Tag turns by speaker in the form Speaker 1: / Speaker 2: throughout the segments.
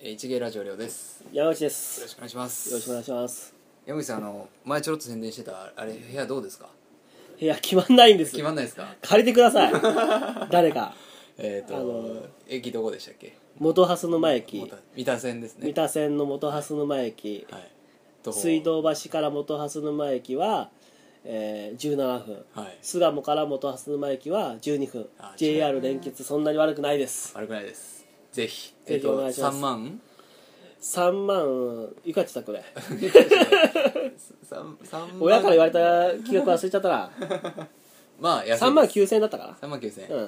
Speaker 1: えー一芸ラジオりょうですよ
Speaker 2: 山口です
Speaker 1: ろしくお願いします
Speaker 2: よろしくお願いします
Speaker 1: 山口さんあの前ちょろっと宣伝してたあれ部屋どうですか
Speaker 2: 部屋決まんないんです
Speaker 1: 決まんないですか
Speaker 2: 借りてください 誰か
Speaker 1: えっ、と、
Speaker 2: あの
Speaker 1: 駅どこでしたっけ
Speaker 2: 元蓮沼駅
Speaker 1: また三田線ですね
Speaker 2: 三田線の元蓮沼駅
Speaker 1: はい徒歩
Speaker 2: 水道橋から元蓮沼駅は、えー、17分
Speaker 1: はい
Speaker 2: 巣鴨から元蓮沼駅は12分
Speaker 1: あ違う
Speaker 2: JR 連結そんなに悪くないです
Speaker 1: 悪くないですぜひ
Speaker 2: ぜひお願いします
Speaker 1: 3万
Speaker 2: 3万いくらってた これ
Speaker 1: 三三万
Speaker 2: 親から言われた金額忘れちゃった な
Speaker 1: まあ安いです
Speaker 2: 3万9000円だったか
Speaker 1: 3万9000
Speaker 2: な、
Speaker 1: 円、
Speaker 2: うん、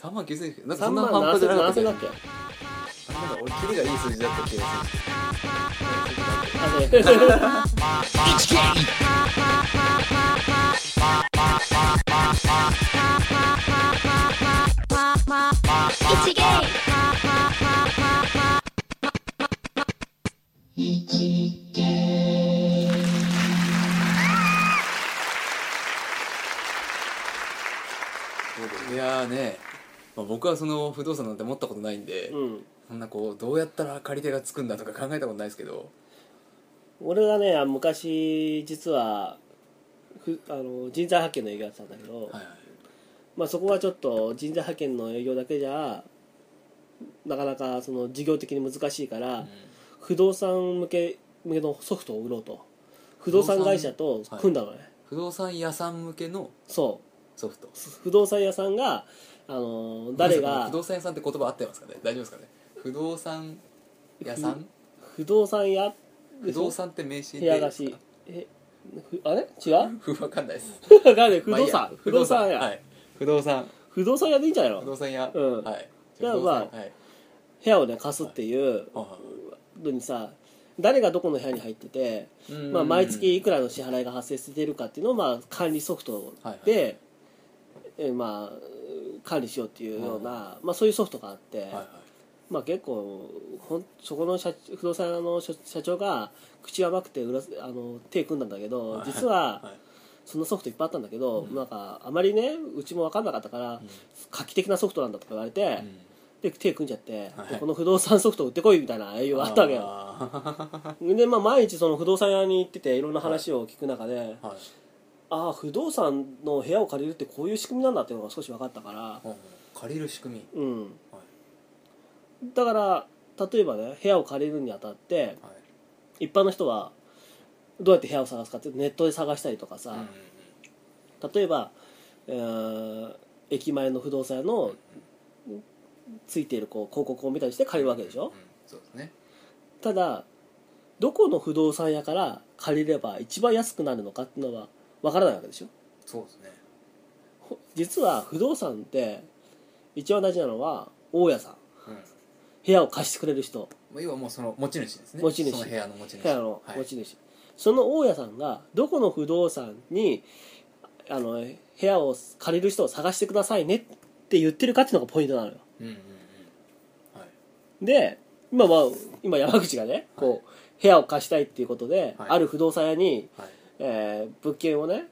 Speaker 1: 3万9000円なんか
Speaker 2: 3
Speaker 1: そんな
Speaker 2: 万
Speaker 1: 半端じゃなか
Speaker 2: 7000
Speaker 1: ったよ
Speaker 2: 7000だっけ
Speaker 1: なんか俺キリがいい数字だった気がする
Speaker 2: あそう
Speaker 3: It's a game.
Speaker 1: いやーね、まあ、僕はその不動産なんて持ったことないんで、
Speaker 2: うん
Speaker 1: そんなこうどうやったら借り手がつくんだとか考えたことないですけど
Speaker 2: 俺がねあ昔実はふあの人材派遣の営業やってたんだけど、
Speaker 1: はいはい
Speaker 2: まあ、そこはちょっと人材派遣の営業だけじゃなかなかその事業的に難しいから、不動産向け向けのソフトを売ろうと不動産会社と組んだのね、
Speaker 1: 不動産屋さん向けの
Speaker 2: そう
Speaker 1: ソフト
Speaker 2: 不動産屋さんがあの誰が
Speaker 1: 不動産屋さんって言葉合ってますかね大丈夫ですかね不動産屋さん
Speaker 2: 不動産屋
Speaker 1: 不動産って名詞
Speaker 2: 部
Speaker 1: でい
Speaker 2: 屋
Speaker 1: いで
Speaker 2: 貸
Speaker 1: す
Speaker 2: し
Speaker 1: か
Speaker 2: えふあれ 違う
Speaker 1: 不わかんないです
Speaker 2: わかんない不動
Speaker 1: まあ
Speaker 2: 産、
Speaker 1: いいや
Speaker 2: 不動産屋、
Speaker 1: はい不動産
Speaker 2: 不動産屋でいいんじゃないの
Speaker 1: 不動産屋
Speaker 2: うん
Speaker 1: はい
Speaker 2: じゃあ
Speaker 1: 不動産
Speaker 2: まあ
Speaker 1: はい
Speaker 2: 部屋をね貸すっていう
Speaker 1: あ
Speaker 2: のにさ誰がどこの部屋に入ってて、
Speaker 1: うん
Speaker 2: まあ、毎月いくらの支払いが発生してるかっていうのをまあ管理ソフトで、
Speaker 1: は
Speaker 2: えまあ管理しようっていうような、まあ、そういうソフトがあって、
Speaker 1: はいはい
Speaker 2: まあ、結構ほんそこの社不動産屋の社社長が口が甘くて裏あの手組んだんだけど実は
Speaker 1: はい
Speaker 2: そのソフトいっぱいあったんだけど、なんかあまりねうちも分かんなかったから、画期的なソフトなんだとか言われて。
Speaker 1: うん
Speaker 2: で手組んじゃって、
Speaker 1: はい
Speaker 2: でこの不動産ソフト売ってこいみたいな営業があったわけよ
Speaker 1: あ
Speaker 2: で、まあ、毎日その不動産屋に行ってていろんな話を聞く中で、
Speaker 1: ーはい
Speaker 2: ああ不動産の部屋を借りるってこういう仕組みなんだっていうのが少し分かったから
Speaker 1: うん借りる仕組み
Speaker 2: うん
Speaker 1: は
Speaker 2: だから例えばね部屋を借りるにあたって
Speaker 1: いはい
Speaker 2: 一般の人はどうやって部屋を探すかってネットで探したりとかさ、
Speaker 1: うんうん
Speaker 2: 例えば、えー駅前の不動産屋のついているこう広告を見たりして借りるわけでしょ、
Speaker 1: うんそうですね
Speaker 2: ただどこの不動産屋から借りれば一番安くなるのかっていうのはわからないわけでしょ
Speaker 1: そうですね
Speaker 2: ほ実は不動産って一番大事なのは大家さん
Speaker 1: うん
Speaker 2: 部屋を貸してくれる人
Speaker 1: まあ要はもうその持ち主ですね
Speaker 2: 持ち主
Speaker 1: その部屋の持ち主
Speaker 2: 部屋の
Speaker 1: はい
Speaker 2: 持ち主、その大家さんがどこの不動産にあの部屋を借りる人を探してくださいねって言ってるかっていうのがポイントなのよ
Speaker 1: うんうんうんはい
Speaker 2: で今は今山口がねこう部屋を貸したいっていうことで、
Speaker 1: はい
Speaker 2: ある不動産屋に
Speaker 1: はい
Speaker 2: えー物件をね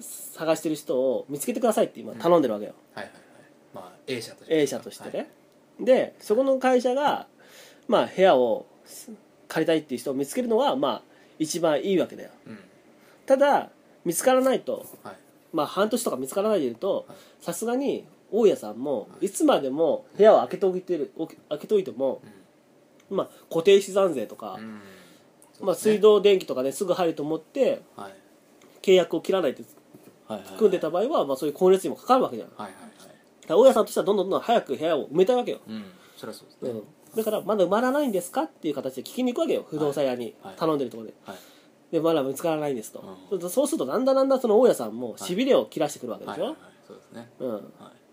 Speaker 2: 探してる人を見つけてくださいって今頼んでるわけよ、
Speaker 1: はいはいはいまあ A 社として
Speaker 2: A 社としてね、でそこの会社が、まあ、部屋を借りたいっていう人を見つけるのは、まあ、一番いいわけだよ
Speaker 1: はいうん
Speaker 2: ただ見つからないと、
Speaker 1: はい
Speaker 2: まあ、半年とか見つからないでいると
Speaker 1: はい
Speaker 2: さすがに大家さんも
Speaker 1: はい
Speaker 2: いつまでも部屋を開けておいてるおき開けておいても、まあ、固定資産税とか
Speaker 1: う、ん
Speaker 2: まあ、水道電気とかねすぐ入ると思って
Speaker 1: はい
Speaker 2: 契約を切らないって
Speaker 1: はいはい
Speaker 2: 組んでた場合は、まあ、そういう光熱費もかかるわけじゃん
Speaker 1: はいはいはい
Speaker 2: だから大家さんとしてはどんどんどんどん早く部屋を埋めたいわけよ、
Speaker 1: うんそりゃそうです
Speaker 2: う
Speaker 1: ね
Speaker 2: ん、だからまだ埋まらないんですかっていう形で聞きに行くわけよ不動産屋に
Speaker 1: はい
Speaker 2: 頼んでるところで、
Speaker 1: はい
Speaker 2: でまだ見つからないんですと、
Speaker 1: うん
Speaker 2: そうそうするとだんだんだんだんその大家さんもしびれを切らしてくるわけで
Speaker 1: は
Speaker 2: し
Speaker 1: い
Speaker 2: ょ、
Speaker 1: はいはいそうですね
Speaker 2: うん、
Speaker 1: は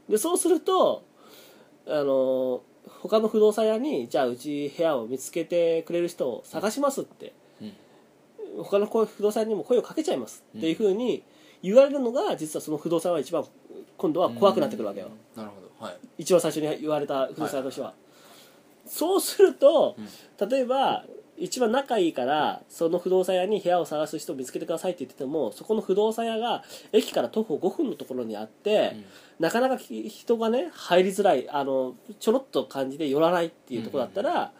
Speaker 1: い
Speaker 2: でそうするとあのー他の不動産屋にじゃあうち部屋を見つけてくれる人を探しますって、
Speaker 1: うん
Speaker 2: 他のこう不動産にも声をかけちゃいますっていうふうに言われるのが実はその不動産は一番今度は怖くなってくるわけよ、
Speaker 1: うんなるほどはい
Speaker 2: 一番最初に言われた不動産屋としては、そうすると、例えば一番仲いいからその不動産屋に部屋を探す人を見つけてくださいって言っててもそこの不動産屋が駅から徒歩5分のところにあって、なかなかき人がね入りづらいあのちょろっと感じで寄らないっていうところだったら、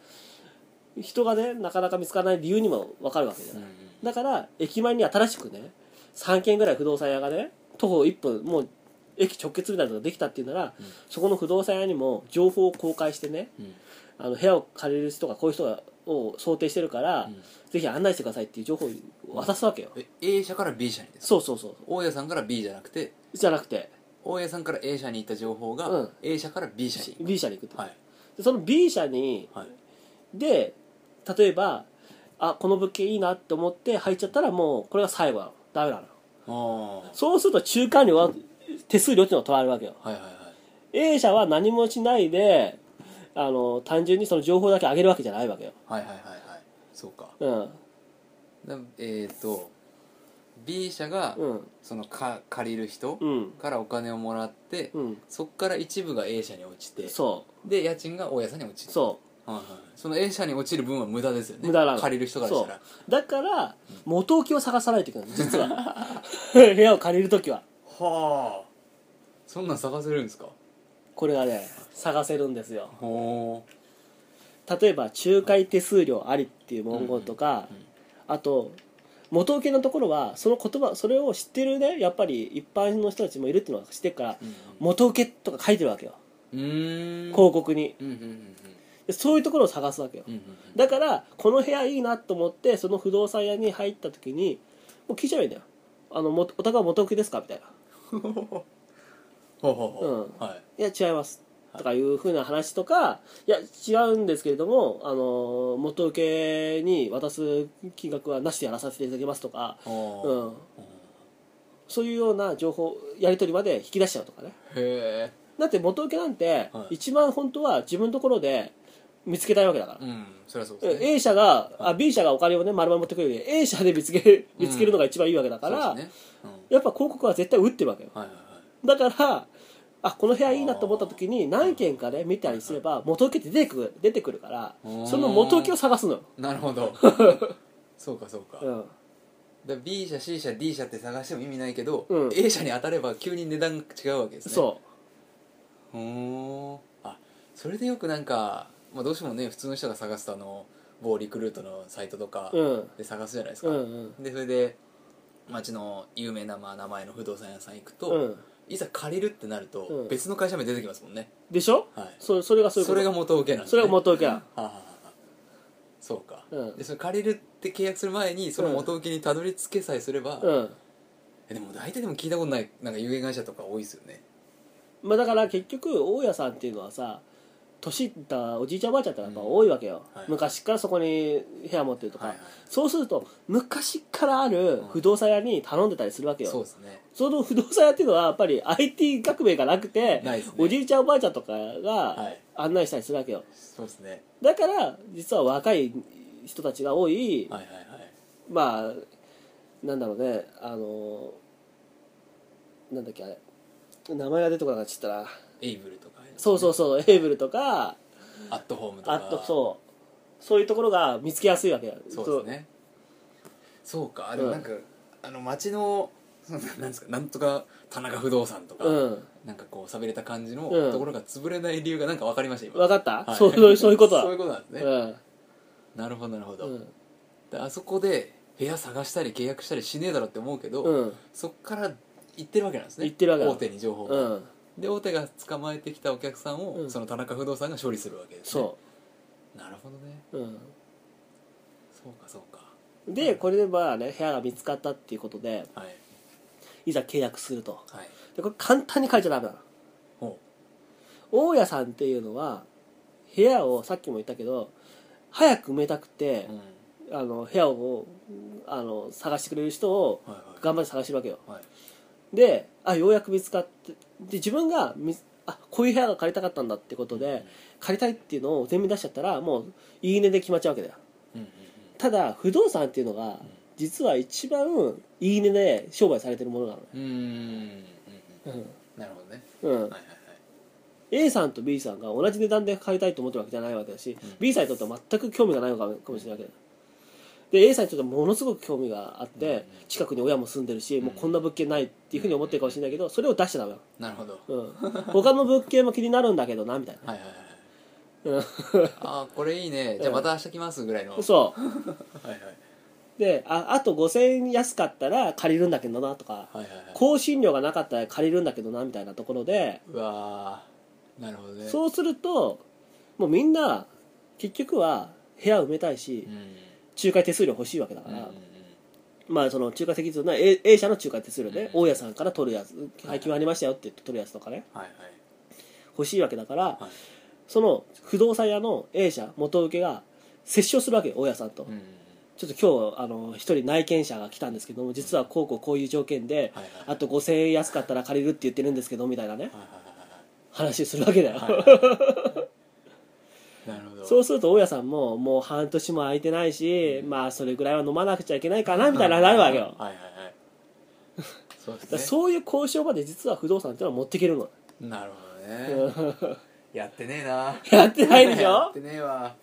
Speaker 2: 人がねなかなか見つからない理由にも分かるわけじゃない、だから駅前に新しくね3軒ぐらい不動産屋がね徒歩1分もう駅直結みたいなのができたっていうなら、
Speaker 1: うん
Speaker 2: そこの不動産屋にも情報を公開してね
Speaker 1: うん
Speaker 2: あの部屋を借りる人がこういう人がを想定してるから、
Speaker 1: うん
Speaker 2: ぜひ案内してくださいっていう情報を渡すわけよ、
Speaker 1: え A 社から B 社にです
Speaker 2: そうそうそう
Speaker 1: 大家さんから B じゃなくて
Speaker 2: じゃなくて
Speaker 1: 大家さんから A 社に行った情報
Speaker 2: う
Speaker 1: が
Speaker 2: ん
Speaker 1: A 社から B 社に行
Speaker 2: B 社に行くって、
Speaker 1: くはい
Speaker 2: でその B 社に
Speaker 1: はい
Speaker 2: で例えばあこの物件いいなって思って入っちゃったらもうこれが最後なのダメなの
Speaker 1: ああは
Speaker 2: そうすると中間料は手数料っていうのが取られるわけよ
Speaker 1: いはいはい
Speaker 2: A 社は何もしないであの単純にその情報だけ上げるわけじゃないわけよ
Speaker 1: はいはいはいはいそうか
Speaker 2: うん
Speaker 1: だえっ、と B 社が
Speaker 2: うん
Speaker 1: そのか借りる人
Speaker 2: うん
Speaker 1: からお金をもらって、
Speaker 2: うん
Speaker 1: そっから一部が A 社に落ちて
Speaker 2: そ
Speaker 1: で家賃が大家さんに落ち
Speaker 2: う
Speaker 1: る
Speaker 2: そ
Speaker 1: はいはい、その A 社に落ちる分は無駄ですよね
Speaker 2: 無駄なの
Speaker 1: 借りる人からしたら
Speaker 2: うだから元請けを探さないといけない実は 部屋を借りる時は
Speaker 1: はあそんなん探せるんですか
Speaker 2: これがね探せるんですよ
Speaker 1: ほ
Speaker 2: 例えば仲介手数料ありっていう文言とか、
Speaker 1: うんうんうん
Speaker 2: あと元請けのところはその言葉それを知ってるねやっぱり一般の人たちもいるっていうのは知ってるから
Speaker 1: う
Speaker 2: 元請けとか書いてるわけよ
Speaker 1: うーん
Speaker 2: 広告に
Speaker 1: うんうんうん
Speaker 2: でそういうところを探すわけよ
Speaker 1: うんうんうん
Speaker 2: だからこの部屋いいなと思ってその不動産屋に入った時にもう聞いちゃえばいいんだよあのもお宅は元請けですかみたいな
Speaker 1: ほうほうほう
Speaker 2: うん
Speaker 1: はい
Speaker 2: いや違いますとかいうふうな話とかいや違うんですけれどもあの元請けに渡す金額はなしでやらさせていただきますとか、
Speaker 1: ほ
Speaker 2: う、
Speaker 1: うん
Speaker 2: そういうような情報やり取りまで引き出しちゃうとかね
Speaker 1: へえ
Speaker 2: だって元請けなんて
Speaker 1: はい
Speaker 2: 一番本当は自分のところで見つけたいわけだから、
Speaker 1: うんそりゃそうですね
Speaker 2: A 社があ B 社がお金をね丸々持ってくるより A 社で見つける見つけるのが一番いいわけだから、
Speaker 1: そうですねうん
Speaker 2: やっぱ広告は絶対打ってるわけよ
Speaker 1: はいはいはい
Speaker 2: だからあこの部屋いいなと思った時に何軒かね見たりすれば元請けって出てくる出てくるから
Speaker 1: うん
Speaker 2: その元請けを探すのよ、
Speaker 1: なるほ どそうかそうか、
Speaker 2: う
Speaker 1: だか
Speaker 2: ん、
Speaker 1: ら B 社 C 社 D 社って探しても意味ないけど、
Speaker 2: うん
Speaker 1: A 社に当たれば急に値段が違うわけですね
Speaker 2: そう
Speaker 1: ほーあそれでよくなんか、まあ、どうしてもね普通の人が探すとあの某リクルートのサイトとか
Speaker 2: ううん
Speaker 1: で探すじゃないです
Speaker 2: う
Speaker 1: か、
Speaker 2: んうん
Speaker 1: でそれで町の有名なまあ名前の不動産屋さん行くと、
Speaker 2: うん
Speaker 1: いざ借りるってなる
Speaker 2: う
Speaker 1: と
Speaker 2: ん
Speaker 1: 別の会社名出てきますもんね、
Speaker 2: でしょ
Speaker 1: はい
Speaker 2: そそれがそういうこ
Speaker 1: そ
Speaker 2: と
Speaker 1: れが元請けなんです、ね、
Speaker 2: それが元請けだ
Speaker 1: はあはあはあそうか、
Speaker 2: うん
Speaker 1: でそれ借りるって契約する前にその元請けにたどり着けさえすれば、
Speaker 2: うん
Speaker 1: えでも大体でも聞いたことないなんか有限会社とか多いですよね
Speaker 2: まあ、だから結局大家さんっていうのはさ年いったおじいちゃんおばあちゃんってやっぱ多いわけよ、
Speaker 1: はい
Speaker 2: 昔からそこに部屋持ってるとか、
Speaker 1: はいはい
Speaker 2: そうすると昔からある不動産屋に頼んでたりするわけよ、
Speaker 1: そうですね
Speaker 2: その不動産屋っていうのはやっぱり IT 革命がなくて
Speaker 1: ないですね
Speaker 2: おじいちゃんおばあちゃんとか
Speaker 1: は
Speaker 2: が
Speaker 1: い
Speaker 2: 案内したりするわけよ
Speaker 1: そうですね
Speaker 2: だから実は若い人たちが多い、
Speaker 1: はいはいはい
Speaker 2: まあなんだろうねあのなんだっけあれ名前が出てこなかったちょっとな
Speaker 1: エイブルとか
Speaker 2: そうそうそうエイブルとか
Speaker 1: アットホームとか
Speaker 2: あとそうそういうところが見つけやすいわけよ
Speaker 1: そうですねそうかでもなんか、あの町のそのなんですかなんとか田中不動産とか、
Speaker 2: そううん
Speaker 1: なんかこう寂れた感じの
Speaker 2: うん
Speaker 1: ところが潰れない理由がなんか分かりました今
Speaker 2: 分かった、
Speaker 1: はい
Speaker 2: そうそうそうい うことだ
Speaker 1: そういうことなんですね、
Speaker 2: うん
Speaker 1: なるほどなるほど、
Speaker 2: うん
Speaker 1: であそこで部屋探したり契約したりしねえだろって思うけど、
Speaker 2: うん
Speaker 1: そっから行ってるわけなんですね
Speaker 2: 行ってるわけだ
Speaker 1: 大手に情報
Speaker 2: う
Speaker 1: が、
Speaker 2: ん
Speaker 1: で大手が捕まえてきたお客さんを、
Speaker 2: うん
Speaker 1: その田中不動産が処理するわけです、ね、
Speaker 2: そ
Speaker 1: なるほどね
Speaker 2: う、うん、
Speaker 1: そうかそうか
Speaker 2: でこれでまあね部屋が見つかったっていうことで
Speaker 1: はい
Speaker 2: いざ契約すると
Speaker 1: はい
Speaker 2: でこれ簡単に書いちゃダメなの
Speaker 1: ほ
Speaker 2: 大家さんっていうのは部屋をさっきも言ったけど早く埋めたくて
Speaker 1: う、うん、はい
Speaker 2: あの部屋をあの探してくれる人を
Speaker 1: はい
Speaker 2: 頑張って探してるわけよ
Speaker 1: はい
Speaker 2: であようやく見つかってで自分がみあこういう部屋が借りたかったんだってことで、借りたいっていうのを全面出しちゃったらもういいねで決まっちゃうわけだよ
Speaker 1: うんうん
Speaker 2: ただ不動産っていうのが実は一番いいねで商売されてるものなのね
Speaker 1: うんうんうんうん
Speaker 2: うん
Speaker 1: なるほどね
Speaker 2: うん
Speaker 1: はいはいはい
Speaker 2: A さんと B さんが同じ値段で買いたいと思ってるわけじゃないわけだし、
Speaker 1: うん
Speaker 2: B さんにとっては全く興味がないのかもかもしれないわけだで A さんにとってはものすごく興味があって、
Speaker 1: うん
Speaker 2: 近くに親も住んでるし、
Speaker 1: ん
Speaker 2: もうこんな物件ないっていうふうに思ってるかもしれないけどそれを出しちゃダメよ、
Speaker 1: なるほど
Speaker 2: うん、他の物件も気になるんだけどなみたいな
Speaker 1: はいはいはいあーこれいいねじゃあまた明日来ますぐらいの、
Speaker 2: そう
Speaker 1: はいはい
Speaker 2: でああと5000円安かったら借りるんだけどなとか
Speaker 1: はいはいはい
Speaker 2: 更新料がなかったら借りるんだけどなみたいなところで
Speaker 1: うわーなるほどねう、
Speaker 2: そうするともうみんな結局は部屋埋めたいし
Speaker 1: ん、
Speaker 2: 仲介手数料欲しいわけだか
Speaker 1: うんうんうん
Speaker 2: ら、まあその仲介責任の A, A 社の仲介手数料ね、
Speaker 1: うん
Speaker 2: 大家さんから取るやつ
Speaker 1: い
Speaker 2: 配給ありましたよって言って取るやつとかね
Speaker 1: はいはい
Speaker 2: 欲しいわけだから、
Speaker 1: はい
Speaker 2: その不動産屋の A 社元請けが折衝するわけよ大家さんと、
Speaker 1: うんうんうん
Speaker 2: ちょっと今日あの一人内見者が来たんですけども実はこうこうこういう条件で、
Speaker 1: はいはい
Speaker 2: あと5000円安かったら借りるって言ってるんですけどみたいな
Speaker 1: は
Speaker 2: ね
Speaker 1: い
Speaker 2: 話するわけだよ、
Speaker 1: はいはいはいなるほど
Speaker 2: そうすると大家さんももう半年も空いてないし、まあそれぐらいは飲まなくちゃいけないかなみたいななるわけよ、だか
Speaker 1: はいはいはいそうですね
Speaker 2: らそういう交渉まで実は不動産っていうのは持っていけるの
Speaker 1: なるほどねやってねえな
Speaker 2: やってないでし
Speaker 1: やっ
Speaker 2: ょ
Speaker 1: てねえわ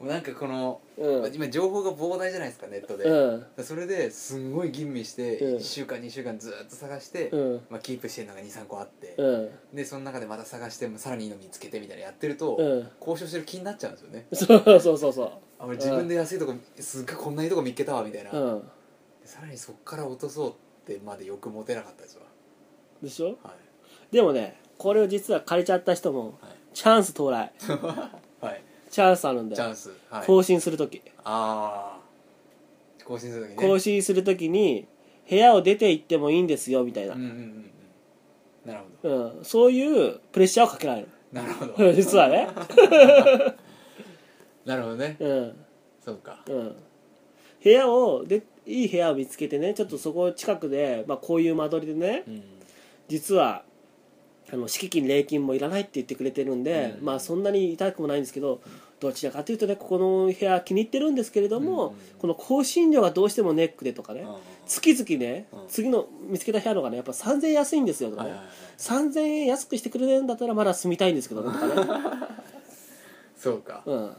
Speaker 1: もうなんかこの、
Speaker 2: うん
Speaker 1: 今情報が膨大じゃないですかネットで、
Speaker 2: うん
Speaker 1: それですんごい吟味して
Speaker 2: うん
Speaker 1: 1週間2週間ずっと探して、
Speaker 2: うん
Speaker 1: まあ、キープしてるのが23個あって、
Speaker 2: うん
Speaker 1: でその中でまた探してもさらにいいの見つけてみたいなやってると、
Speaker 2: うん
Speaker 1: 交渉してる気になっちゃうんですよね
Speaker 2: そうそうそうそ
Speaker 1: あ俺自分で安いとこすっごいこんないいとこ見っけたわみたいな、
Speaker 2: ううん
Speaker 1: さらにそっから落とそうってまで欲持てなかったですわ
Speaker 2: でしょ
Speaker 1: は
Speaker 2: でもねこれを実は借りちゃった人も
Speaker 1: い
Speaker 2: チャンス到来
Speaker 1: はい、はい、
Speaker 2: チャンスあるんだ
Speaker 1: チャ
Speaker 2: よ
Speaker 1: ンスはい
Speaker 2: 更新する時
Speaker 1: ああ更新する時ね
Speaker 2: 更新する時に部屋を出て行ってもいいんですよみたいな
Speaker 1: うんうんうんうんなるほ
Speaker 2: うんそういうプレッシャーをかけられる
Speaker 1: どなるほど
Speaker 2: 実はね
Speaker 1: なるほどね
Speaker 2: うん
Speaker 1: そうか
Speaker 2: うん部屋をでいい部屋を見つけてねちょっとそこ近くで、まあ、こういう間取りでね
Speaker 1: うん
Speaker 2: 実はあの敷金礼金もいらないって言ってくれてるんで、
Speaker 1: うん
Speaker 2: まあそんなに痛くもないんですけどどちらかというとねここの部屋気に入ってるんですけれども、
Speaker 1: うん
Speaker 2: この更新料がどうしてもネックでとかね、
Speaker 1: あ
Speaker 2: 月々ね、
Speaker 1: うん
Speaker 2: 次の見つけた部屋の方がねやっぱ3000円安いんですよと
Speaker 1: ー
Speaker 2: か
Speaker 1: は
Speaker 2: ね、
Speaker 1: いはいはい
Speaker 2: 3000円安くしてくれるんだったらまだ住みたいんですけどねとかね、
Speaker 1: そうか
Speaker 2: うん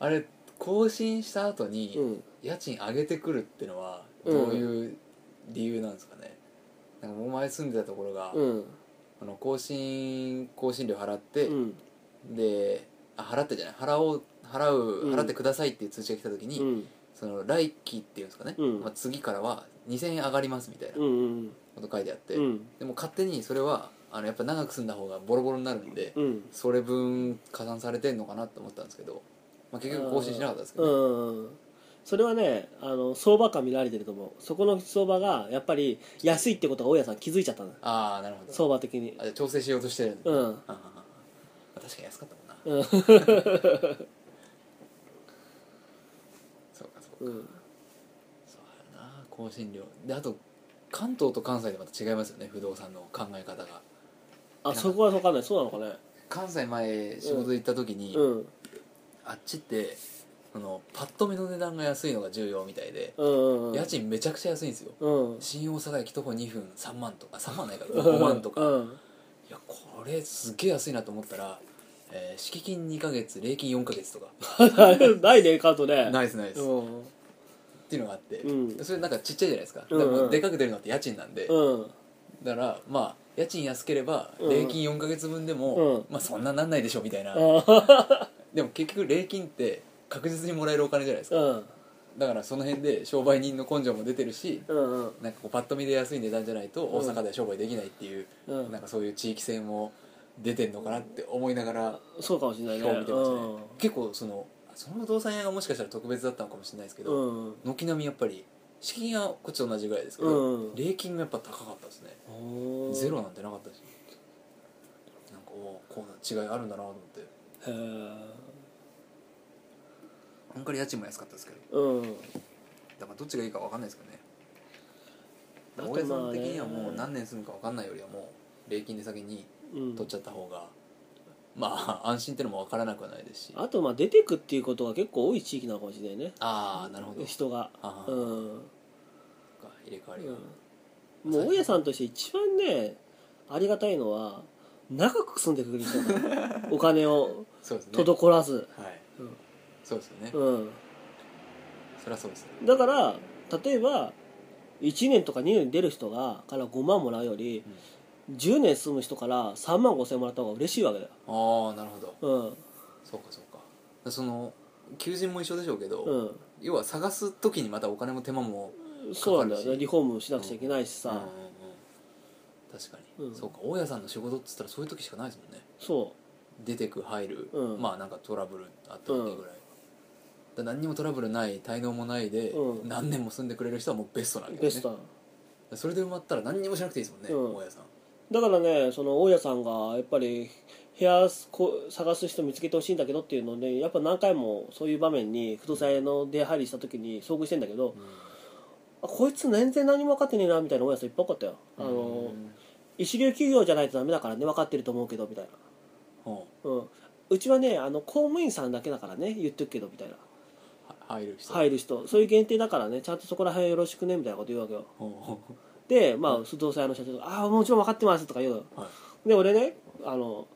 Speaker 1: あれ更新した後
Speaker 2: う
Speaker 1: に
Speaker 2: ん、
Speaker 1: 家賃上げてくるってのはどういう理由なんですかねなんかお前住んでたところが
Speaker 2: うん
Speaker 1: あの更新更新料払って
Speaker 2: うん
Speaker 1: であ払ってじゃない払おう払う
Speaker 2: うん
Speaker 1: 払ってくださいっていう通知が来た時に、
Speaker 2: うん
Speaker 1: その来期っていうんですかね、
Speaker 2: うん
Speaker 1: まあ、次からは2000円上がりますみたいな
Speaker 2: うんうん
Speaker 1: こと書いてあって、
Speaker 2: うん
Speaker 1: でも勝手にそれはあのやっぱ長く住んだ方がボロボロになるんで、
Speaker 2: うん
Speaker 1: それ分加算されてんのかなと思ったんですけど、まあ、結局更新しなかったですけど、ね
Speaker 2: うんそれはねあの相場感見られてると思うそこの相場がやっぱり安いってことが大家さん気づいちゃったの
Speaker 1: ああなるほど
Speaker 2: 相場的に
Speaker 1: あじゃあ調整しようとしてるんだ
Speaker 2: うん
Speaker 1: あああ確かに安かったもんな、
Speaker 2: うん
Speaker 1: そうかそうか、
Speaker 2: うん
Speaker 1: そうやな更新料であと関東と関西でまた違いますよね不動産の考え方が
Speaker 2: あそこは分かんないそうなのかね
Speaker 1: 関西前仕事行った時に、
Speaker 2: うん
Speaker 1: あっちってあのパッと目の値段が安いのが重要みたいで、
Speaker 2: うんうん
Speaker 1: 家賃めちゃくちゃ安いんですよ
Speaker 2: うん
Speaker 1: 新大阪駅徒歩2分3万とか3万ないから5万とか、
Speaker 2: うん
Speaker 1: いやこれすげえ安いなと思ったら、えー敷金2ヶ月礼金4ヶ月とか
Speaker 2: ないねカー トね
Speaker 1: ナイスナイス、
Speaker 2: う
Speaker 1: っ
Speaker 2: ん
Speaker 1: ていうのがあって、
Speaker 2: うん
Speaker 1: それなんかちっちゃいじゃないですか,、
Speaker 2: うんうん
Speaker 1: だからもうでかく出るのって家賃なんで、
Speaker 2: うん
Speaker 1: だからまあ家賃安ければ
Speaker 2: うん
Speaker 1: 礼金4ヶ月分でも、
Speaker 2: うん
Speaker 1: まあそんななんないでしょみたいな、
Speaker 2: あ
Speaker 1: でも結局礼金って確実にもらえるお金じゃないですか
Speaker 2: うん
Speaker 1: だからその辺で商売人の根性も出てるし
Speaker 2: うんうん
Speaker 1: なんかこうパッと見で安い値段じゃないと大阪では商売できないっていう、
Speaker 2: うん
Speaker 1: なんかそういう地域性も出てんのかなって思いながら
Speaker 2: そうかもしれないね
Speaker 1: 今日見てましたね、結構そのその不動産屋がもしかしたら特別だったのかもしれないですけ
Speaker 2: う
Speaker 1: ど
Speaker 2: んうん
Speaker 1: 軒並みやっぱり資金はこっちと同じぐらいですけど、
Speaker 2: うん
Speaker 1: 礼金がやっぱ高かったですね
Speaker 2: おー
Speaker 1: ゼロなんてなかったしなんかおーこうな違いあるんだなと思って
Speaker 2: へー
Speaker 1: ほんかり家賃も安かったですけど
Speaker 2: うん
Speaker 1: だからどっちがいいか分かんないですけどね
Speaker 2: あと
Speaker 1: 大江さん的には
Speaker 2: まあね
Speaker 1: もう何年住むか分かんないよりはもう礼金で先に
Speaker 2: うん
Speaker 1: 取っちゃった方が、まあ安 心ってのも分からなくはないですしあ
Speaker 2: あとまあ出てくっていうことが結構多い地域なのかもしれないね
Speaker 1: あーなるほどそ
Speaker 2: 人が
Speaker 1: あー
Speaker 2: うん
Speaker 1: っか入れ替わりが、
Speaker 2: うんもう大家さんとして一番ねありがたいのは長く住んでくれる人なのお金を
Speaker 1: そう ですね
Speaker 2: 滞らず、
Speaker 1: はい、
Speaker 2: うん
Speaker 1: そうですよね、
Speaker 2: うん、
Speaker 1: そりゃそうですよ
Speaker 2: だから例えば1年とか2年出る人がから5万もらうより
Speaker 1: うん
Speaker 2: 10年住む人から3万5千円もらった方が嬉しいわけだよ
Speaker 1: ああなるほど
Speaker 2: うん
Speaker 1: そうかそうかその求人も一緒でしょうけど、
Speaker 2: うん
Speaker 1: 要は探す時にまたお金も手間も
Speaker 2: そうなんだよ
Speaker 1: かかる
Speaker 2: ね
Speaker 1: し
Speaker 2: リフォームしなくちゃいけないし
Speaker 1: うんうんう
Speaker 2: さ
Speaker 1: ん、確かに、
Speaker 2: うん
Speaker 1: そうか大家さんの仕事っつったらそういう時しかないですもんね
Speaker 2: そ
Speaker 1: 出てく入る、
Speaker 2: うん
Speaker 1: まあなんかトラブルあった時ぐらい、
Speaker 2: うん
Speaker 1: だから何にもトラブルない滞納もないで、
Speaker 2: うん
Speaker 1: 何年も住んでくれる人はもうベストなわけ
Speaker 2: う
Speaker 1: で
Speaker 2: ベ
Speaker 1: す
Speaker 2: ス
Speaker 1: ね
Speaker 2: トなの
Speaker 1: それで埋まったら何にもしなくていいですもんね、
Speaker 2: うん
Speaker 1: 大家さん
Speaker 2: だからねその大家さんがやっぱり部屋こう探す人見つけてほしいんだけどっていうのでやっぱ何回もそういう場面に不動産屋の出入りした時に遭遇してんだけど、あこいつ全然何も分かってねえなみたいな大家さんいっぱい多かったよ、あの
Speaker 1: うん
Speaker 2: 一流企業じゃないとダメだからね分かってると思うけどみたいな、
Speaker 1: ほ
Speaker 2: うん、うちはねあの公務員さんだけだからね言っとくけどみたいな
Speaker 1: うは入る人
Speaker 2: 入る人そういう限定だからねちゃんとそこら辺よろしくねみたいなこと言うわけよ
Speaker 1: ほ
Speaker 2: でまあ不動産屋の社長が「ああもちろん分かってます」とか言うの
Speaker 1: うはい
Speaker 2: で俺ねあの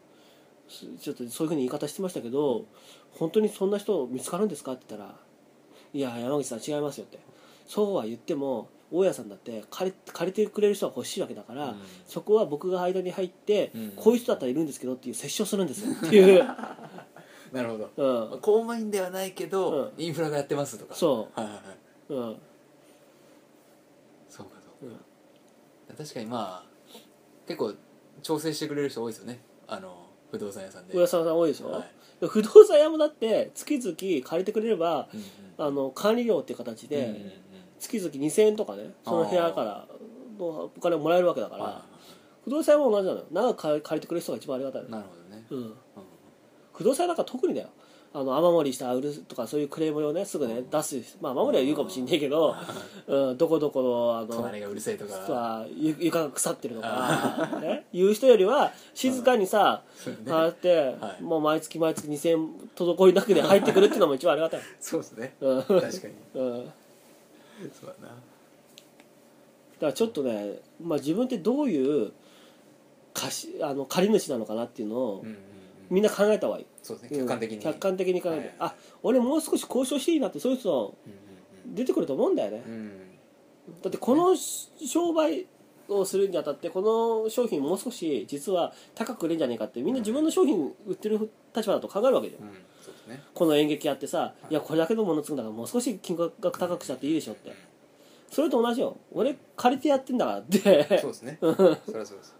Speaker 2: すちょっとそういうふうに言い方してましたけど本当にそんな人見つかるんですかって言ったら「いや山口さん違いますよ」ってそうは言っても大家さんだって借り借りてくれる人は欲しいわけだから、
Speaker 1: うん
Speaker 2: そこは僕が間に入って、
Speaker 1: うん
Speaker 2: こういう人だったらいるんですけどっていう折衝するんですよっていう、
Speaker 1: なるほど
Speaker 2: う
Speaker 1: まあ
Speaker 2: ん
Speaker 1: 公務員ではないけど、
Speaker 2: う
Speaker 1: インフラがやってますとか
Speaker 2: そう
Speaker 1: はいはいはい
Speaker 2: うん
Speaker 1: そうかそううか
Speaker 2: ん、
Speaker 1: 確かにまあ結構調整してくれる人多いですよねあの不動産屋さんで
Speaker 2: 大家さん多いでしょ、
Speaker 1: はい
Speaker 2: 不動産屋もだって月々借りてくれれば
Speaker 1: うんうん
Speaker 2: あの管理料っていう形で、
Speaker 1: うんうんうん
Speaker 2: 月々2000円とかねその部屋からのお金もらえるわけだか
Speaker 1: はいはいは
Speaker 2: ら不動産屋も同じなのよ長く借り借りてくれる人が一番ありがたい
Speaker 1: い
Speaker 2: の、
Speaker 1: なるほどね、
Speaker 2: うん、
Speaker 1: うん
Speaker 2: 不動産屋なんか特にだよあの雨漏りしたら売るとかそういうクレームをねすぐね
Speaker 1: うん
Speaker 2: 出すまあ雨漏りは言うかもしんないけど、うん、どこどこのあの
Speaker 1: 隣がうるせえと
Speaker 2: と
Speaker 1: か
Speaker 2: はゆ床が腐ってるとか、ね、いう人よりは静かにさ、
Speaker 1: そうね
Speaker 2: ああやって、
Speaker 1: はい
Speaker 2: もう毎月毎月2000円滞りなくで入ってくるっていうのも一番ありがたい、
Speaker 1: そうですね
Speaker 2: うん、うんだか
Speaker 1: 確かにそうだな
Speaker 2: らちょっとね、まあ、自分ってどういう貸しあの借り主なのかなっていうのを、
Speaker 1: うんうんうん
Speaker 2: みんな考えた方がいい
Speaker 1: そうですね客観的に、
Speaker 2: うん客観的に考えて、
Speaker 1: はい
Speaker 2: あ俺もう少し交渉していいなってそういう人
Speaker 1: うん
Speaker 2: 出てくると思うんだよね、
Speaker 1: うんうんうん
Speaker 2: だってこの商売をするにあたってこの商品もう少し実は高く売れんじゃねえかってみんな自分の商品売ってる立場だと考えるわけじゃん
Speaker 1: うんそうですね
Speaker 2: この演劇やってさ
Speaker 1: い
Speaker 2: いやこれだけのもの作るんだからもう少し金額高くしたっていいでしょってそれと同じよ俺借りてやってんだからっ
Speaker 1: そう
Speaker 2: て
Speaker 1: ですねそりゃそうです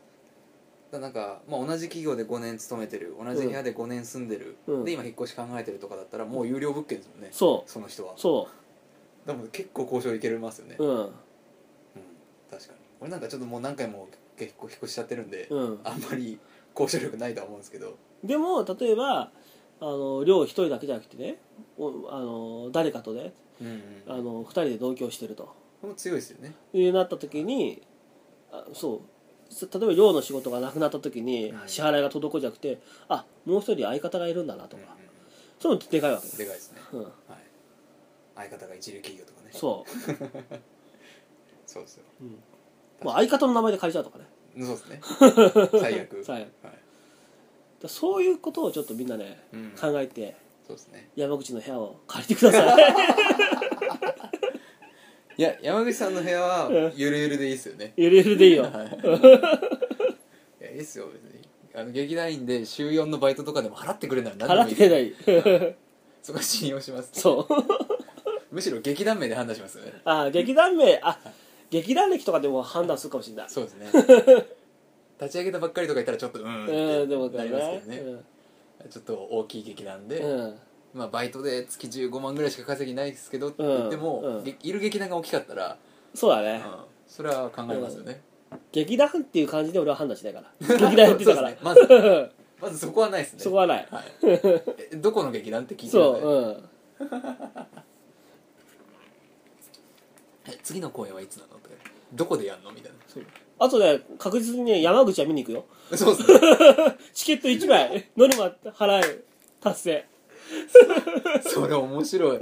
Speaker 1: だなんか、まあ、同じ企業で5年勤めてる同じ部屋で5年住んでる、
Speaker 2: うん
Speaker 1: で今引っ越し考えてるとかだったらもう有料物件ですもんね、
Speaker 2: そう
Speaker 1: その人は
Speaker 2: そ
Speaker 1: でも結構交渉いけますよね、
Speaker 2: ううん
Speaker 1: うん確かに俺なんかちょっともう何回も結構引っ越しちゃってるんで、
Speaker 2: うん
Speaker 1: あんまり交渉力ないとは思うんですけど
Speaker 2: でも例えばあの寮一人だけじゃなくてねおあの誰かとね
Speaker 1: うん、
Speaker 2: あの二人で同居してると
Speaker 1: この強いですよね
Speaker 2: いうなった時にあそうそ例えば寮の仕事がなくなった時に
Speaker 1: うん
Speaker 2: 支払いが滞じゃなくて、あもう一人相方がいるんだなとか、
Speaker 1: うんうん
Speaker 2: そういうのってでかいわけ
Speaker 1: うんでかいですね、
Speaker 2: うん、
Speaker 1: はい、相方が一流企業とかねそう
Speaker 2: そ
Speaker 1: ですよ
Speaker 2: う、うんまあ、相方の名前で借りちゃうとかね
Speaker 1: そうです ね最悪
Speaker 2: 最悪
Speaker 1: はい、
Speaker 2: だそういうことをちょっとみんなね、
Speaker 1: うん
Speaker 2: 考えて
Speaker 1: そうですね
Speaker 2: 山口の部屋を借りてください
Speaker 1: いや山口さんの部屋
Speaker 2: う
Speaker 1: は
Speaker 2: ん
Speaker 1: ゆるゆるでいいですよね
Speaker 2: ゆるゆるでいいよ、
Speaker 1: いやいいっすよ別にあの劇団員で週4のバイトとかでも払ってくれるなら
Speaker 2: 払
Speaker 1: 何
Speaker 2: っ
Speaker 1: で
Speaker 2: て
Speaker 1: も
Speaker 2: くれないい
Speaker 1: そこは信用します
Speaker 2: そう
Speaker 1: むしろ劇団名で判断しますよね
Speaker 2: あ劇団名あ劇団歴とかでも判断するかもしれない
Speaker 1: そうです ね立ち上げたばっかりとか言ったらちょっとうーん
Speaker 2: うんでも
Speaker 1: ってなりますけどね、
Speaker 2: うん
Speaker 1: ちょっと大きい劇団で、
Speaker 2: うん
Speaker 1: まあ、バイトで月15万ぐらいしか稼ぎないですけどって言っても、
Speaker 2: うん
Speaker 1: げいる劇団が大きかったら、
Speaker 2: そうだ
Speaker 1: うん
Speaker 2: ね、
Speaker 1: それは考えますよね、
Speaker 2: 劇団っていう感じで俺は判断しないから劇団やってたから
Speaker 1: そうですねまず
Speaker 2: うん
Speaker 1: まずそこはないですね
Speaker 2: そこはない、
Speaker 1: はい、えどこの劇団って聞いてる
Speaker 2: そ
Speaker 1: の
Speaker 2: う
Speaker 1: で、
Speaker 2: うん
Speaker 1: え次の公演はいつなのとかどこでやんのみたい
Speaker 2: あとね確実にね山口は見に行くよ
Speaker 1: なそうです ね
Speaker 2: チケット1枚 ノルマ払え達成
Speaker 1: それ面 白いあ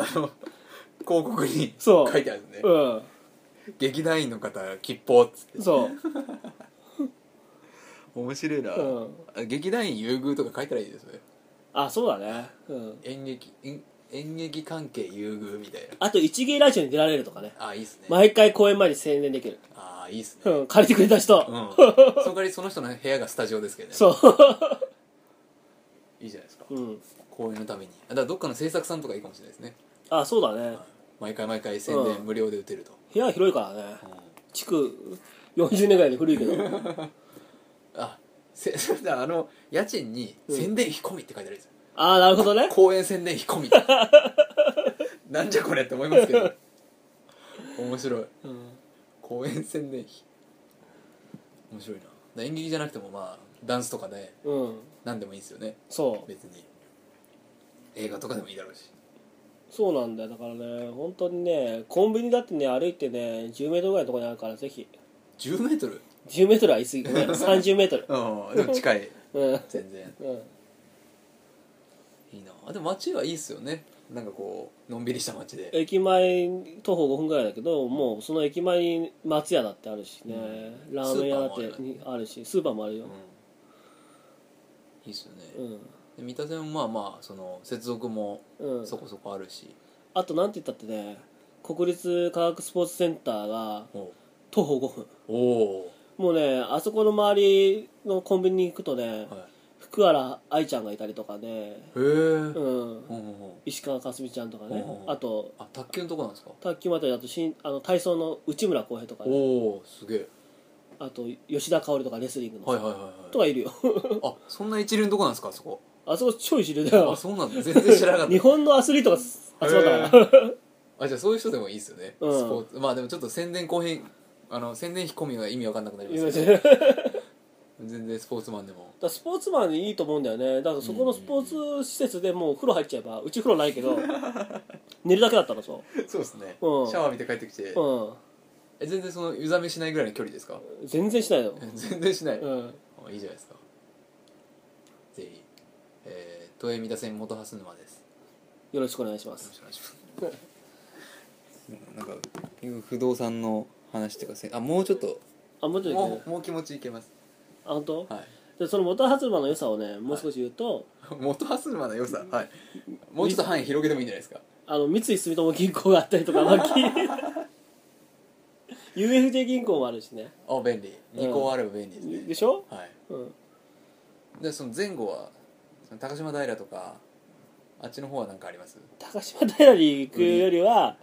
Speaker 1: の広告に書
Speaker 2: そう
Speaker 1: いてあるんですね
Speaker 2: うん
Speaker 1: 劇団員の方吉報っつって
Speaker 2: そう
Speaker 1: 面白いな、
Speaker 2: うん
Speaker 1: あ劇団員優遇とか書いたらいいですね
Speaker 2: あそうだねうん
Speaker 1: 演劇演演劇関係優遇みたい
Speaker 2: あと一芸ラジオに出られるとかね
Speaker 1: なあいいっすね、
Speaker 2: 毎回公演前に宣伝できる
Speaker 1: ああいいっすね
Speaker 2: うん、借りてくれた人、
Speaker 1: うん その代わりその人の部屋がスタジオですけどね
Speaker 2: そう、
Speaker 1: いいじゃないですか
Speaker 2: うん、
Speaker 1: 公演のためにあだからどっかの制作さんとかいいかもしれないですね
Speaker 2: あそうだね
Speaker 1: 毎回毎回宣
Speaker 2: う
Speaker 1: 伝
Speaker 2: ん
Speaker 1: 無料で打てると、
Speaker 2: 部屋広いからね築40年ぐらいで古いけど
Speaker 1: あせ だからあの家賃に
Speaker 2: うん
Speaker 1: 宣伝費込みって書いてあるんですよ、
Speaker 2: ああなるほどね
Speaker 1: 公演宣伝費込み なんじゃこれって思いますけど面白い
Speaker 2: うん
Speaker 1: 公演宣伝費面白いなだから演劇じゃなくてもまあダンスとかで
Speaker 2: うん
Speaker 1: 何でもいいですよね
Speaker 2: そう
Speaker 1: 別に映画とかでもいいだろうし
Speaker 2: そうなんだよだからね本当にねコンビニだってね歩いてね1 0ルぐらいのところにあるからぜひ
Speaker 1: 1 0ル
Speaker 2: 1 0ルは言い過ぎごめん3 0ル
Speaker 1: うんでも近い
Speaker 2: うん
Speaker 1: 全然
Speaker 2: うん
Speaker 1: いいなあでも街はいいっすよねなんかこうのんびりした街で
Speaker 2: 駅前徒歩5分ぐらいだけどもうその駅前に松屋だってあるしね、
Speaker 1: うん
Speaker 2: ラーメン屋だっ
Speaker 1: スーパーもあるよ
Speaker 2: て
Speaker 1: ね
Speaker 2: にあるしスーパーもある
Speaker 1: う
Speaker 2: よ
Speaker 1: ん、いいっすよね、
Speaker 2: うん
Speaker 1: で三田線もまあまあその接続も
Speaker 2: うん
Speaker 1: そこそこあるし、
Speaker 2: あとなんて言ったってね国立科学スポーツセンターが
Speaker 1: お
Speaker 2: 徒歩5分
Speaker 1: お
Speaker 2: もうねあそこの周りのコンビニに行くとね、
Speaker 1: ー、は
Speaker 2: 福原愛ちゃんがいたりとか
Speaker 1: い、
Speaker 2: ね、
Speaker 1: へえ、うん
Speaker 2: う
Speaker 1: うん
Speaker 2: ん、
Speaker 1: うんうん、
Speaker 2: 石川佳純ちゃんとかね、
Speaker 1: うんうん
Speaker 2: あと
Speaker 1: あ卓球のとこなんですか
Speaker 2: 卓球またりだとしんあの体操の内村航平とか、ね、
Speaker 1: おおすげえ
Speaker 2: あと吉田香織とかレスリングの、
Speaker 1: はいはいはい
Speaker 2: と
Speaker 1: はい
Speaker 2: かいるよ
Speaker 1: あそんな一流のとこなんですかあそこ
Speaker 2: あそこ超一流だよ
Speaker 1: あそうなんだ全然知らなかっ
Speaker 2: 日
Speaker 1: た
Speaker 2: 本のアスリートが集まったから、
Speaker 1: あじゃあそういう人でもいいっすよね、
Speaker 2: うん
Speaker 1: スポーツまあでもちょっと宣伝後編あの宣伝費込みは意味わかんなくなりますけど
Speaker 2: だか
Speaker 1: 全然スポーツマンでも
Speaker 2: らスポーツマンいいと思うんだよねだからそこのスポーツ施設でもう風呂入っちゃえばうち風呂ない けど寝るだけだったのそ
Speaker 1: そうですね、
Speaker 2: うん
Speaker 1: シャワー浴びて帰ってきて、
Speaker 2: う、う
Speaker 1: え全然その湯冷めしないぐらいの距離ですか
Speaker 2: ん、全然しないの、
Speaker 1: 全然しない、
Speaker 2: うん、
Speaker 1: あいいじゃないですかぜひ、えー、東映三田線元蓮沼です
Speaker 2: よろしくお願いしま
Speaker 1: よろ
Speaker 2: す
Speaker 1: しくお願いします なんか不動産の話とかせあもうちょっと
Speaker 2: あもうちょっと言って
Speaker 1: もうもう気持ちいけます
Speaker 2: あ本当？
Speaker 1: はい
Speaker 2: でその元発馬の良さをねもう少し言うと、
Speaker 1: 元蓮沼の良さはいもうちょっと範囲広げてもいいんじゃないですか
Speaker 2: あの三井住友銀行があったりとか、まあ、 き UFJ 銀行もあるしね
Speaker 1: あ便利
Speaker 2: うん
Speaker 1: 2個あれば便利ですね、
Speaker 2: でしょ、
Speaker 1: はい
Speaker 2: うん、
Speaker 1: でその前後はその高島平とかあっちの方は何かあります
Speaker 2: 高島平に行くよりは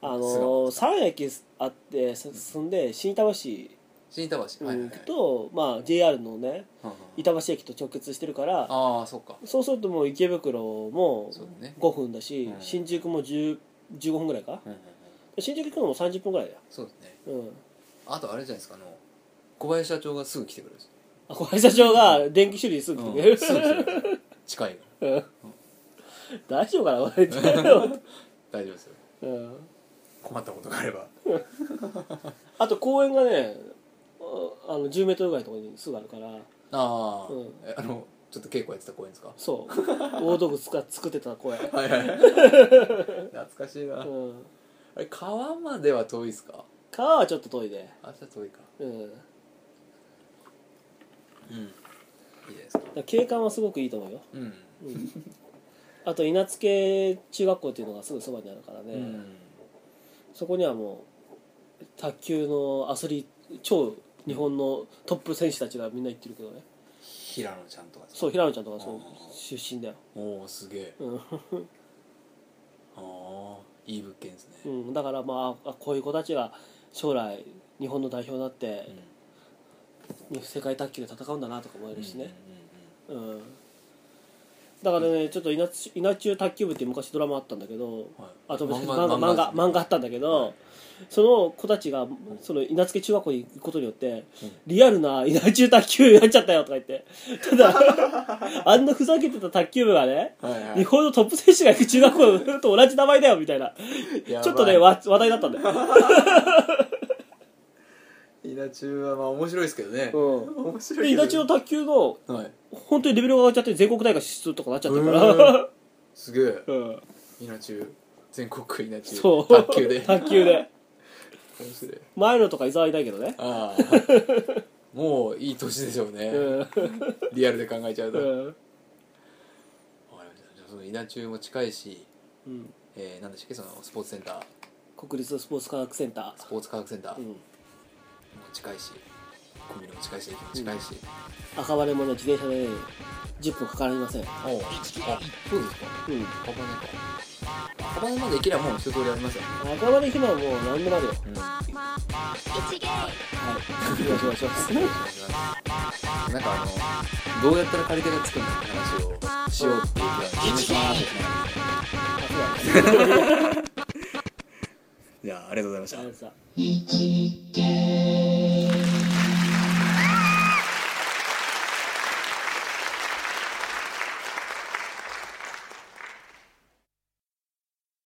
Speaker 2: あ
Speaker 1: 巣鴨
Speaker 2: の3駅あってす進んで新板橋
Speaker 1: 新板橋、
Speaker 2: うん
Speaker 1: はいはい
Speaker 2: 行
Speaker 1: はい
Speaker 2: くと、まあ、JR のね
Speaker 1: うんうん
Speaker 2: 板橋駅と直結してるから
Speaker 1: ああそっか
Speaker 2: そうするともう池袋も
Speaker 1: そうだね
Speaker 2: 5分だし、
Speaker 1: うん
Speaker 2: 新宿も10 15分ぐらいか
Speaker 1: うんうんうん
Speaker 2: 新宿行くのも30分ぐらいだよ、
Speaker 1: そうですね
Speaker 2: うん、
Speaker 1: あとあれじゃないですかあの小林社長がすぐ来てくれるんですよ
Speaker 2: あ小林社長が電気修理すぐ来てくれ
Speaker 1: うん
Speaker 2: る
Speaker 1: すぐ来てくれる近いか
Speaker 2: うん 大丈夫かなこ れって、う
Speaker 1: ら大丈夫ですよ
Speaker 2: ん、
Speaker 1: 困ったことがあれば
Speaker 2: あと公園がねああの1 0ルぐらいのところにすぐあるから
Speaker 1: ああ、
Speaker 2: うん
Speaker 1: えあのちょっと稽古やってた公園ですか
Speaker 2: そう 大道具つか作ってた公園
Speaker 1: はいはい懐かしいな、
Speaker 2: うん
Speaker 1: あれ川までは遠いですか
Speaker 2: 川はちょっと遠いで、
Speaker 1: あじゃあ遠いか
Speaker 2: うん、だか
Speaker 1: うんいいじゃないですから
Speaker 2: 景観はすごくいいと思うよ
Speaker 1: うん、
Speaker 2: あと稲付中学校っていうのがすぐそばにあるからね、
Speaker 1: うん
Speaker 2: そこにはもう卓球のアスリート超日本のトップ選手たちがみんな行ってるけどね
Speaker 1: 平野ちゃんとかですか
Speaker 2: そう平野ちゃんとかそう
Speaker 1: あ
Speaker 2: 出身だよ、
Speaker 1: おおすげえ
Speaker 2: うん
Speaker 1: ああいい物件ですね、
Speaker 2: う
Speaker 1: うん
Speaker 2: ん、だからまああこういう子たちが将来日本の代表になって、世界卓球で戦うんだなとか思えるしね、
Speaker 1: うんうんうん
Speaker 2: うんだからねちょっと稲中稲中卓球部っていう昔ドラマあったんだけど、
Speaker 1: はい
Speaker 2: あと漫
Speaker 1: 漫
Speaker 2: 画
Speaker 1: 画漫画
Speaker 2: 漫画漫画漫画あったんだけど、
Speaker 1: はい
Speaker 2: その子たちがその稲付中学校に行くことによってリアルな稲中卓球になっちゃったよとか言ってただあんなふざけてた卓球部がね
Speaker 1: うんはいはい
Speaker 2: 日本のトップ選手が行く中学校と同じ名前だよみたいな
Speaker 1: やばい
Speaker 2: ちょっとねわ話題だったんだよ
Speaker 1: 稲中はまあ面白いですけどね、
Speaker 2: う
Speaker 1: 面白
Speaker 2: で
Speaker 1: いけど
Speaker 2: 稲中の卓球の
Speaker 1: はい
Speaker 2: 本当にレベルが上がっちゃって全国大会出場とかなっちゃってるか
Speaker 1: う
Speaker 2: ら
Speaker 1: んすげえ
Speaker 2: うん
Speaker 1: 稲中全国区稲中
Speaker 2: そう
Speaker 1: 卓球で
Speaker 2: 卓球で
Speaker 1: 面白い
Speaker 2: 前のとか伊沢いないけどね
Speaker 1: ああ もういい年でしょうね、
Speaker 2: うん
Speaker 1: リアルで考えちゃうと、
Speaker 2: う
Speaker 1: わか
Speaker 2: ん
Speaker 1: りましたじゃあその稲中も近いし、
Speaker 2: うん
Speaker 1: えー、なんでしたっけそのスポーツセンター
Speaker 2: 国立スポーツ科学センタ
Speaker 1: スポーツ科学センター、
Speaker 2: ーう
Speaker 1: もうん近いしコンビニも近いし駅も近いし、
Speaker 2: 赤羽もね自転車で10分かからりませんうん
Speaker 1: おうあそうですか赤羽か赤羽まで行けりゃもう一通りありますよね、
Speaker 2: 赤羽行けばもう何でもあるよはいよろしくお願いし ます
Speaker 1: なんかあのどうやったら借り手がつくんだって話をしようっていうぐらい一番じゃあありがとうございまし
Speaker 2: あ
Speaker 1: た
Speaker 2: のさ
Speaker 3: 生きて